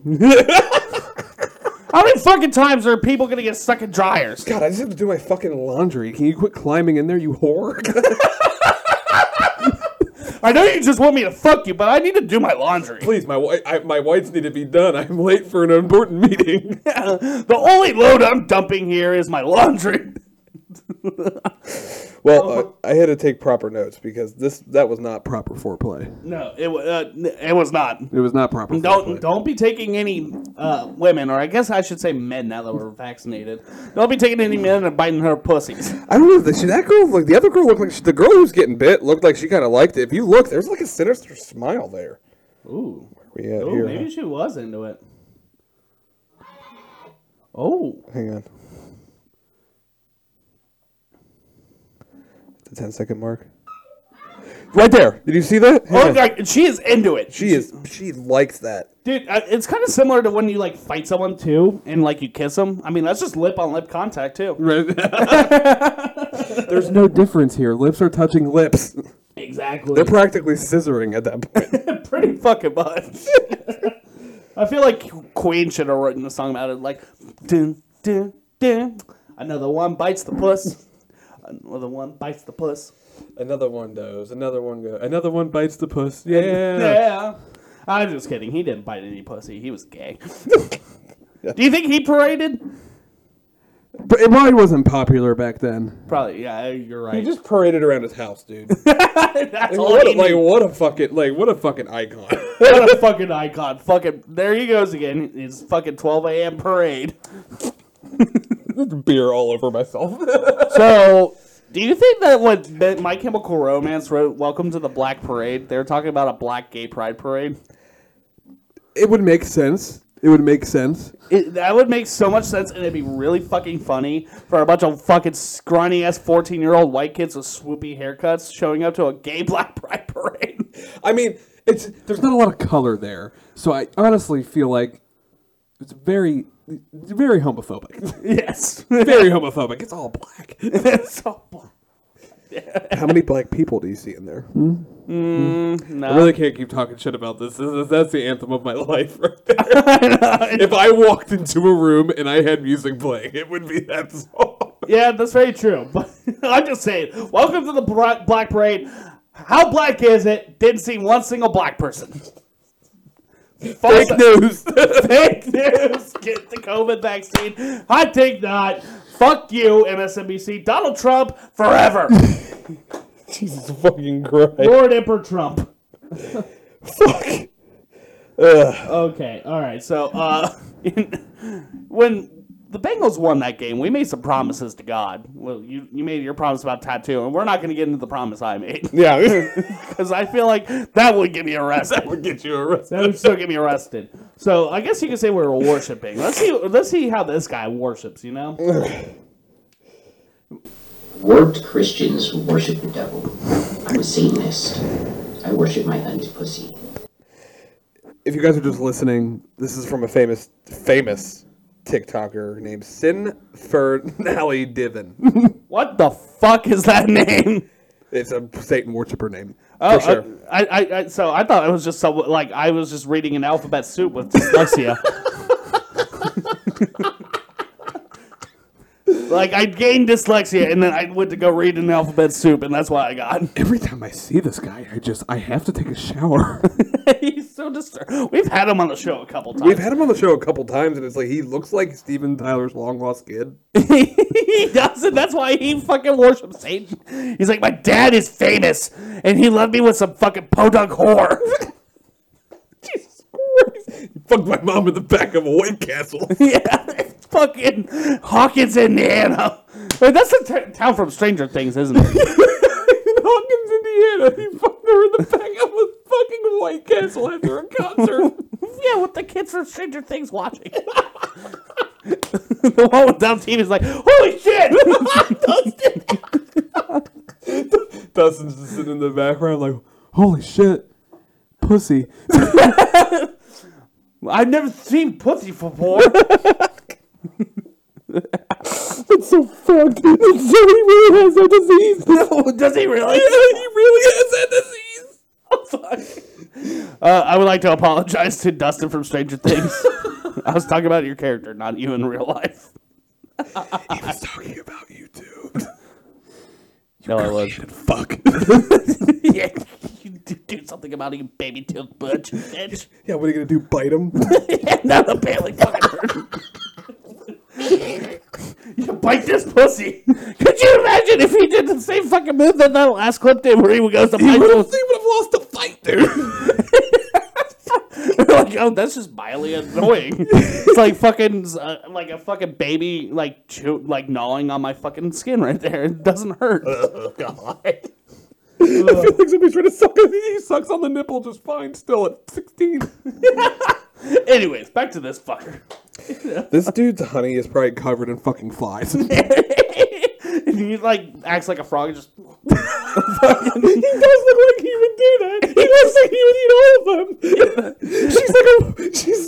[SPEAKER 1] How many fucking times are people gonna get stuck in dryers?
[SPEAKER 4] God, I just have to do my fucking laundry. Can you quit climbing in there, you whore?
[SPEAKER 1] I know you just want me to fuck you, but I need to do my laundry.
[SPEAKER 4] Please, my wi- I, my whites need to be done. I'm late for an important meeting.
[SPEAKER 1] the only load I'm dumping here is my laundry.
[SPEAKER 9] Well,
[SPEAKER 4] Oh.
[SPEAKER 9] uh, I had to take proper notes because this that was not proper foreplay.
[SPEAKER 1] No, it wa- uh, n- it was not.
[SPEAKER 4] It was not proper.
[SPEAKER 1] Don't
[SPEAKER 4] foreplay.
[SPEAKER 1] don't be taking any uh, women, or I guess I should say men now that we're vaccinated. Don't be taking any men and biting her pussies.
[SPEAKER 9] I don't know if the, she, that girl like the other girl looked like she, the girl who's getting bit looked like she kind of liked it. If you look, there's like a sinister smile there.
[SPEAKER 1] Ooh.
[SPEAKER 9] We at
[SPEAKER 1] Oh,
[SPEAKER 9] here.
[SPEAKER 1] maybe she was into it. Oh,
[SPEAKER 9] Hang on. The 10 second mark. Right there. Did you see that? Hang
[SPEAKER 1] oh,
[SPEAKER 9] on.
[SPEAKER 1] like, she is into it.
[SPEAKER 9] She is. She likes that.
[SPEAKER 1] dude. uh, It's kind of similar to when you like fight someone too, and like you kiss them. I mean, that's just lip on lip contact too.
[SPEAKER 4] There's no difference here. Lips are touching lips.
[SPEAKER 1] Exactly.
[SPEAKER 9] They're practically scissoring at that point.
[SPEAKER 1] pretty fucking much. I feel like Queen should have written a song about it, like, dun, dun, dun. another one bites the puss, another one bites the puss.
[SPEAKER 4] Another one does. Another one goes. Another one bites the puss.
[SPEAKER 1] Yeah. I'm just kidding. He didn't bite any pussy. He was gay. Do you think he paraded?
[SPEAKER 4] But it probably wasn't popular back then.
[SPEAKER 1] Probably. Yeah, you're right.
[SPEAKER 4] He just paraded around his house, dude.
[SPEAKER 1] That's all
[SPEAKER 4] what a,
[SPEAKER 1] he
[SPEAKER 4] like
[SPEAKER 1] knew.
[SPEAKER 4] what a fucking like what a fucking icon.
[SPEAKER 1] What a fucking icon. Fucking. There he goes again. His fucking 12 a.m. parade.
[SPEAKER 4] Beer all over myself.
[SPEAKER 1] So, do you think that when that My Chemical Romance wrote "Welcome to the Black Parade," they were talking about a black gay pride parade?
[SPEAKER 4] it would make sense. It would make sense.
[SPEAKER 1] It, that would make so much sense, and it'd be really fucking funny for a bunch of fucking scrawny ass fourteen year old white kids with swoopy haircuts showing up to a gay black pride parade.
[SPEAKER 4] I mean, it's there's not a lot of color there, so I honestly feel like it's very, very homophobic.
[SPEAKER 1] yes,
[SPEAKER 4] very homophobic. It's all black.
[SPEAKER 1] it's all black.
[SPEAKER 9] How many black people do you see in there?
[SPEAKER 4] Hmm? I really can't keep talking shit about this. This is- That's the anthem of my life, right there. if I walked into a room and I had music playing, it would be that song.
[SPEAKER 1] Yeah, that's very true. But I'm just saying, welcome to the bra- black parade. How black is it? Didn't see one single black person. False-
[SPEAKER 4] Fake news.
[SPEAKER 1] fake news. Get the COVID vaccine. I think not. Fuck you, MSNBC. Donald Trump forever.
[SPEAKER 9] Jesus fucking Christ.
[SPEAKER 1] Lord Emperor Trump.
[SPEAKER 9] Fuck.
[SPEAKER 1] Okay, all right. So, uh, when the Bengals won that game, we made some promises to God. Well, you you made your promise about tattoo, and we're not going to get into the promise I made
[SPEAKER 9] Yeah.
[SPEAKER 1] because I feel like that would get me arrested.
[SPEAKER 4] would get you arrested.
[SPEAKER 1] That would still get me arrested. So I guess you could say we were worshiping. Let's see. Let's see how this guy worships. You know.
[SPEAKER 10] Warped Christians worship the devil. I'm a Satanist. I worship my aunt's pussy.
[SPEAKER 9] if you guys are just listening, this is from a famous, famous TikToker named Sinfernally Divin.
[SPEAKER 1] What the fuck is that name?
[SPEAKER 9] it's a Satan worshiper name.
[SPEAKER 1] Oh,
[SPEAKER 9] for sure.
[SPEAKER 1] I, I, I, so I thought it was just some, like I was just reading an alphabet soup with dyslexia. like I gained dyslexia, and then I went to go read an alphabet soup, and that's why I got.
[SPEAKER 4] Every time I see this guy, I just I have to take a shower.
[SPEAKER 1] He's so disturbed. We've had him on the show a couple times.
[SPEAKER 9] We've had him on the show a couple times, and it's like he looks like Steven Tyler's long lost kid.
[SPEAKER 1] he doesn't. That's why he fucking worships Satan. He's like, my dad is famous, and he loved me with some fucking podunk whore. Jesus Christ.
[SPEAKER 4] Fucked my mom in the back of a White Castle.
[SPEAKER 1] Yeah, it's fucking Hawkins, Indiana. Wait, that's the t- town from Stranger Things, isn't it?
[SPEAKER 11] Hawkins, Indiana. He fucked her in the back of a fucking White Castle after a concert.
[SPEAKER 1] yeah, with the kids from Stranger Things watching. the one with dumb TV is like, holy shit! Dustin!
[SPEAKER 11] Dustin's just sitting in the background like, holy shit, pussy.
[SPEAKER 1] I've never seen pussy before.
[SPEAKER 11] It's so fucked. So he really has that disease.
[SPEAKER 1] no, does he really? Oh,
[SPEAKER 11] he really has that disease.
[SPEAKER 1] Fuck. Uh, I would like to apologize to Dustin from Stranger Things. I was talking about your character, not you in real life.
[SPEAKER 4] he was talking about you too.
[SPEAKER 1] No, I was.
[SPEAKER 4] Fuck.
[SPEAKER 1] yeah, you do, do something about it, you baby tooth butch, bitch.
[SPEAKER 4] yeah, what are you gonna do? Bite him?
[SPEAKER 1] yeah, no, the family fucking hurt. you bite this pussy. Could you imagine if he did the same fucking move that that last clip did where he goes to bite
[SPEAKER 4] would
[SPEAKER 1] the
[SPEAKER 4] have lost the fight, dude.
[SPEAKER 1] like, oh, that's just mildly annoying. it's like fucking, uh, like a fucking baby, like chew, like gnawing on my fucking skin right there. It doesn't hurt.
[SPEAKER 11] I feel like somebody's trying to suck on He sucks on the nipple just fine still at 16.
[SPEAKER 1] Anyways, back to this fucker.
[SPEAKER 4] this dude's honey is probably covered in fucking flies.
[SPEAKER 1] And he like acts like a frog and just.
[SPEAKER 11] He does look like he would do that. He looks like he would eat all of them. She's like a she's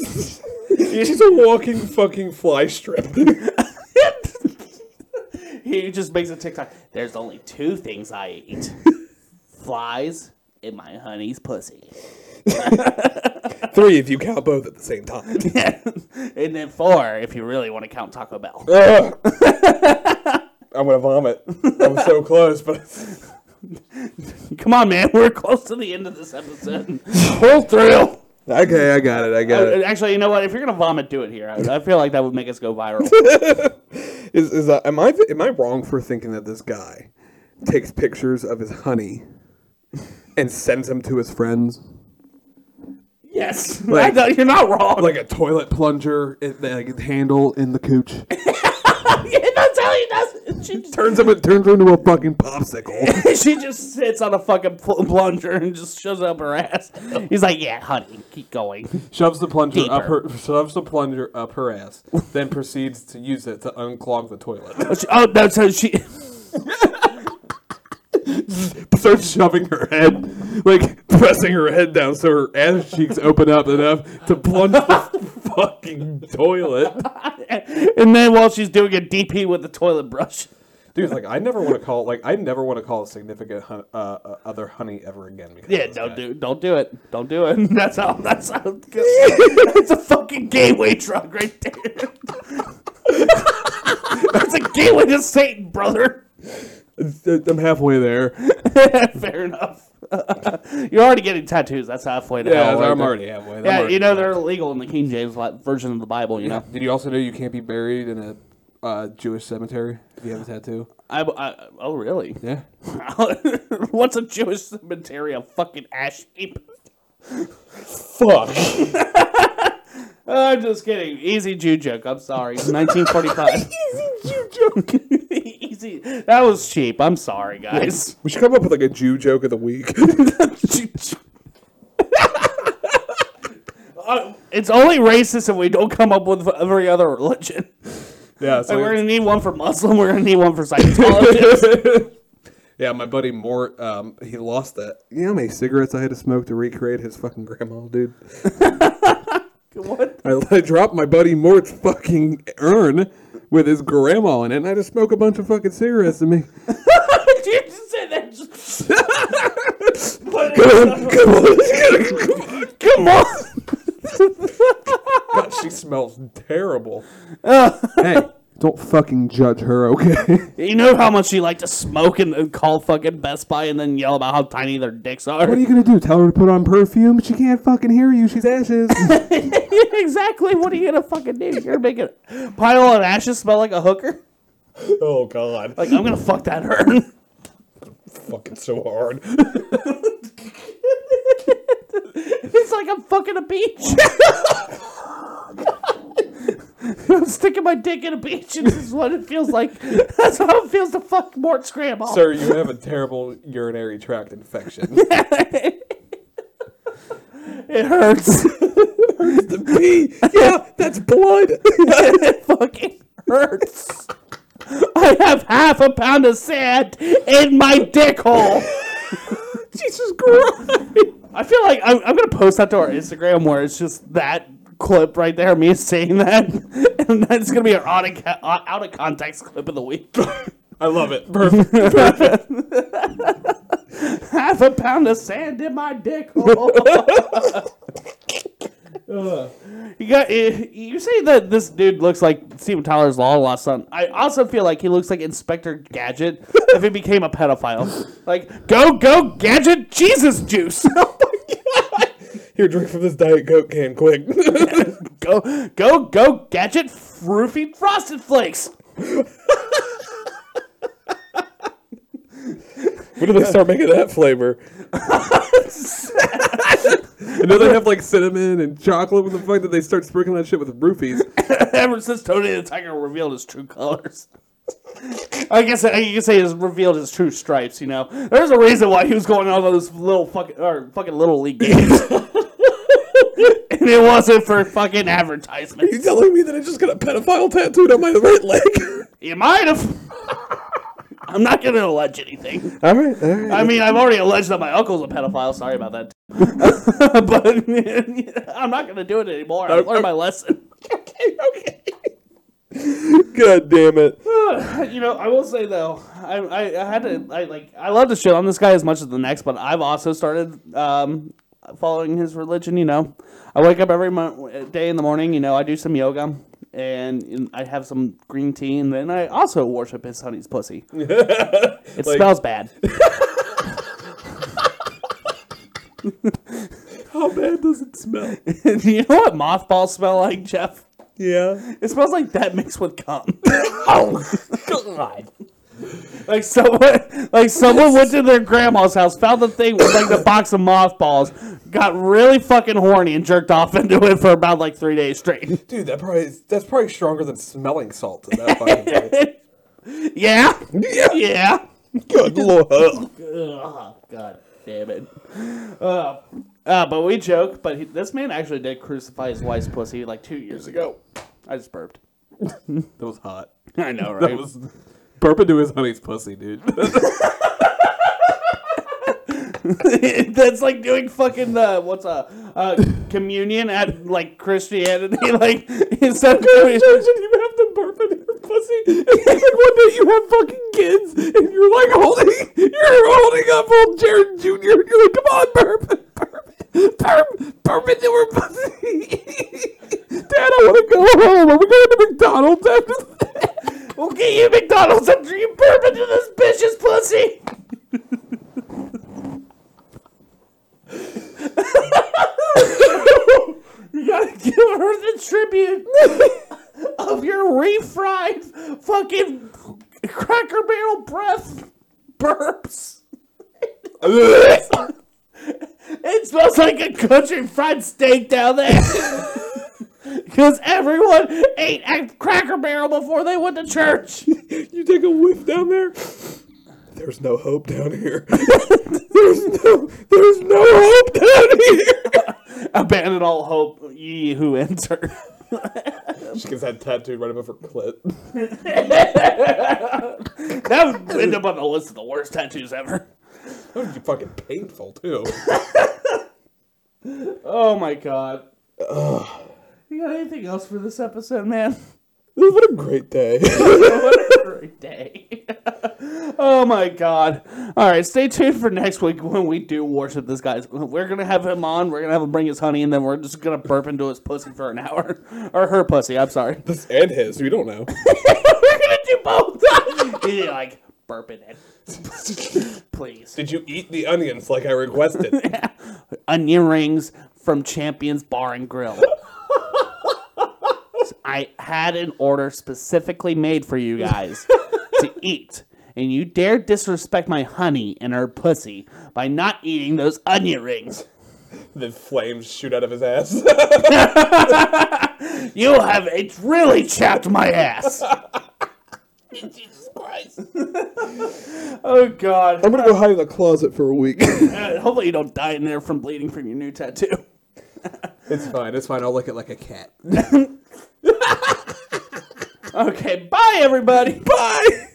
[SPEAKER 4] She's a walking fucking fly strip.
[SPEAKER 1] he just makes a TikTok. There's only two things I eat: flies and my honey's pussy.
[SPEAKER 4] Three if you count both at the same time.
[SPEAKER 1] and then four, if you really want to count Taco Bell.
[SPEAKER 4] Ugh. I'm gonna vomit. I was so close, but
[SPEAKER 1] Come on, man. We're close to the end of this episode. Pull through.
[SPEAKER 4] okay, I got it. I got
[SPEAKER 1] Uh,
[SPEAKER 4] it.
[SPEAKER 1] Actually, you know what? If you're gonna vomit, do it here. I, I feel like that would make us go viral.
[SPEAKER 4] Is, is uh, am I am I wrong for thinking that this guy takes pictures of his honey and sends them to his friends?
[SPEAKER 1] yes,
[SPEAKER 4] Like-
[SPEAKER 1] I know, you're not wrong.
[SPEAKER 4] like a toilet plunger, it, like handle in the cooch.
[SPEAKER 1] Yeah, that's how he does it. She just,
[SPEAKER 4] turns up, it turns her into a fucking popsicle.
[SPEAKER 1] she just sits on a fucking pl- plunger and just shoves up her ass. He's like, "Yeah, honey, keep going."
[SPEAKER 11] shoves the plunger up
[SPEAKER 1] Deeper.
[SPEAKER 11] her shoves the plunger up her ass, then proceeds to use it to unclog the toilet.
[SPEAKER 1] Oh no, so she.
[SPEAKER 4] Starts shoving her head, like pressing her head down so her ass cheeks open up enough to plunge the fucking toilet.
[SPEAKER 1] And then while she's doing a DP with the toilet brush,
[SPEAKER 11] Dude, like I never want to call like I never want to call a significant hun- uh, uh, other honey ever again. because
[SPEAKER 1] yeah,
[SPEAKER 11] of this
[SPEAKER 1] don't
[SPEAKER 11] guy.
[SPEAKER 1] do, don't do it, don't do it. That's how. That's how. That's a fucking gateway drug right there. that's a gateway to Satan, brother.
[SPEAKER 4] I'm halfway there.
[SPEAKER 1] Fair enough. You're already getting tattoos. That's halfway to
[SPEAKER 11] Yeah,
[SPEAKER 1] hell. right
[SPEAKER 11] I'm
[SPEAKER 1] there.
[SPEAKER 11] alrely halfway. I'm
[SPEAKER 1] Yeah,
[SPEAKER 11] already
[SPEAKER 1] you know
[SPEAKER 11] there.
[SPEAKER 1] they're illegal in the King James li- version of the Bible. You know,
[SPEAKER 11] Did you also know you can't be buried in a uh, Jewish cemetery if you have a tattoo?
[SPEAKER 1] I, I- oh really?
[SPEAKER 11] Yeah.
[SPEAKER 1] What's a Jewish cemetery? A fucking ash heap.
[SPEAKER 4] Fuck.
[SPEAKER 1] I'm just kidding. Easy Jew joke. I'm sorry. 1945. Easy. That was cheap. I'm sorry, guys.
[SPEAKER 4] We should come up with like a Jew joke of the week.
[SPEAKER 1] Uh, it's only racist if we don't come up with every other religion.
[SPEAKER 4] yeah, so
[SPEAKER 1] Like, we're gonna need one for Muslim. We're gonna need one for Scientologists.
[SPEAKER 4] yeah. My buddy Mort, um, he lost that. You know how many cigarettes I had to smoke to recreate his fucking grandma, dude.
[SPEAKER 1] what?
[SPEAKER 4] I, I dropped my buddy Mort's fucking urn with his grandma in it, and I had to smoke a bunch of fucking cigarettes to me.
[SPEAKER 1] you just said that. Just...
[SPEAKER 4] Come on, come on,
[SPEAKER 1] Come on.
[SPEAKER 11] she smells terrible.
[SPEAKER 4] hey, don't fucking judge her, okay?
[SPEAKER 1] You know how much you like to smoke and, and call fucking Best Buy and then yell about how tiny their dicks are.
[SPEAKER 4] What are you gonna do? Tell her to put on perfume? She can't fucking hear you. She's ashes.
[SPEAKER 1] exactly. What are you gonna fucking do? You're making a pile of ashes smell like a hooker.
[SPEAKER 4] Oh God!
[SPEAKER 1] Like I'm gonna fuck that urn.
[SPEAKER 4] fucking so hard.
[SPEAKER 1] it's like I'm fucking a beach. I'm sticking my dick in a beach, and this is what it feels like. That's how it feels to fuck Mort's grandma.
[SPEAKER 4] Sir, you have a terrible urinary tract infection.
[SPEAKER 1] It hurts.
[SPEAKER 4] yeah, that's blood.
[SPEAKER 1] it fucking hurts. I have half a pound of sand in my dick hole. Jesus Christ. I feel like I'm, I'm going to post that to our Instagram where it's just that clip right there, me saying that. And that's going to be our out of, ca- out of context clip of the week.
[SPEAKER 4] I love it. Perfect.
[SPEAKER 1] half a pound of sand in my dick Uh, hole. you got eh, you say that this dude looks like Steven Tyler's law lost son. I also feel like he looks like Inspector Gadget if he became a pedophile. Like go go gadget Jesus juice.
[SPEAKER 4] Here, drink from this diet coke can, quick.
[SPEAKER 1] go go go gadget roofie frosted flakes.
[SPEAKER 4] When do they start making that flavor? and then they have like cinnamon and chocolate. What the fuck did they start sprinkling that shit with roofies?
[SPEAKER 1] Ever since Tony the Tiger revealed his true colors. I guess I, you could say he's revealed his true stripes, you know. There's a reason why he was going on all those little fucking or fucking little league games. and it wasn't for fucking advertisements.
[SPEAKER 4] You telling me that I just got a pedophile tattooed on my right leg?
[SPEAKER 1] You might have. I'm not gonna allege anything.
[SPEAKER 4] all right, all right.
[SPEAKER 1] I mean, I've already alleged that my uncle's a pedophile. Sorry about that. but I'm not gonna do it anymore. I learned my lesson. okay, okay.
[SPEAKER 4] God damn it.
[SPEAKER 1] You know, I will say though, I, I, I had to I like I love to shit on this guy as much as the next, but I've also started um, following his religion. You know, I wake up every mo- day in the morning. You know, I do some yoga and I have some green tea, and then I also worship his honey's pussy. it smells bad.
[SPEAKER 4] How bad Oh, does it smell?
[SPEAKER 1] do you know what mothballs smell like, Jeff?
[SPEAKER 4] Yeah.
[SPEAKER 1] It smells like that mixed with cum. oh god. Like someone, like someone went to their grandma's house, found the thing with like the box of mothballs, got really fucking horny and jerked off into it for about like three days straight.
[SPEAKER 4] Dude, that probably is, that's probably stronger than smelling salt in that fucking place.
[SPEAKER 1] Yeah,
[SPEAKER 4] Yeah.
[SPEAKER 1] yeah.
[SPEAKER 4] Good lord.
[SPEAKER 1] Ugh, God damn it. Uh, uh, but we joke. But he, this man actually did crucify his wife's pussy like two years ago. I just burped.
[SPEAKER 4] That was hot.
[SPEAKER 1] I know, right?
[SPEAKER 4] That was burping to his honey's pussy, dude.
[SPEAKER 1] That's like doing fucking uh, what's a uh, communion at like Christianity. Like instead of doing,
[SPEAKER 4] you have to burp in your pussy. It's like one day you have fucking kids and you're like holding, you're holding up old Jared Jr. and you're like, come on, burp, burp, burp, burp into her pussy. Dad, I want to go home. Are we going to McDonald's after this?
[SPEAKER 1] we'll get you McDonald's after you burp into this bitch's pussy. you gotta give her the tribute of your refried fucking cracker barrel breath burps. It smells like a country fried steak down there. Because everyone ate a Cracker Barrel before they went to church.
[SPEAKER 4] you take a whiff down there. There's no hope down here. there's no, there's no hope down here.
[SPEAKER 1] Abandon all hope, ye who enter.
[SPEAKER 4] She gets that tattooed right above her clit.
[SPEAKER 1] That would end up on the list of the worst tattoos ever.
[SPEAKER 4] That would be fucking painful too.
[SPEAKER 1] Oh my god. You got anything else for this episode, man?
[SPEAKER 4] what a great day.
[SPEAKER 1] what a great day. oh my god. All right, stay tuned for next week when we do worship this guy. We're going to have him on. We're going to have him bring his honey, and then we're just going to burp into his pussy for an hour. Or her pussy, I'm sorry.
[SPEAKER 4] this and his, we don't know.
[SPEAKER 1] we're going to do both. He's like, burp it in. Please.
[SPEAKER 4] Did you eat the onions like I requested?
[SPEAKER 1] Onion rings from Champions Bar and Grill. I had an order specifically made for you guys. to eat. And you dare disrespect my honey and her pussy by not eating those onion rings.
[SPEAKER 4] The flames shoot out of his ass.
[SPEAKER 1] You have it's really chapped my ass.
[SPEAKER 12] Oh God!
[SPEAKER 4] I'm gonna go hide in the closet for a week.
[SPEAKER 1] Hopefully you don't die in there from bleeding from your new tattoo.
[SPEAKER 4] it's fine. It's fine. I'll look at like a cat.
[SPEAKER 1] Okay, bye everybody. Bye.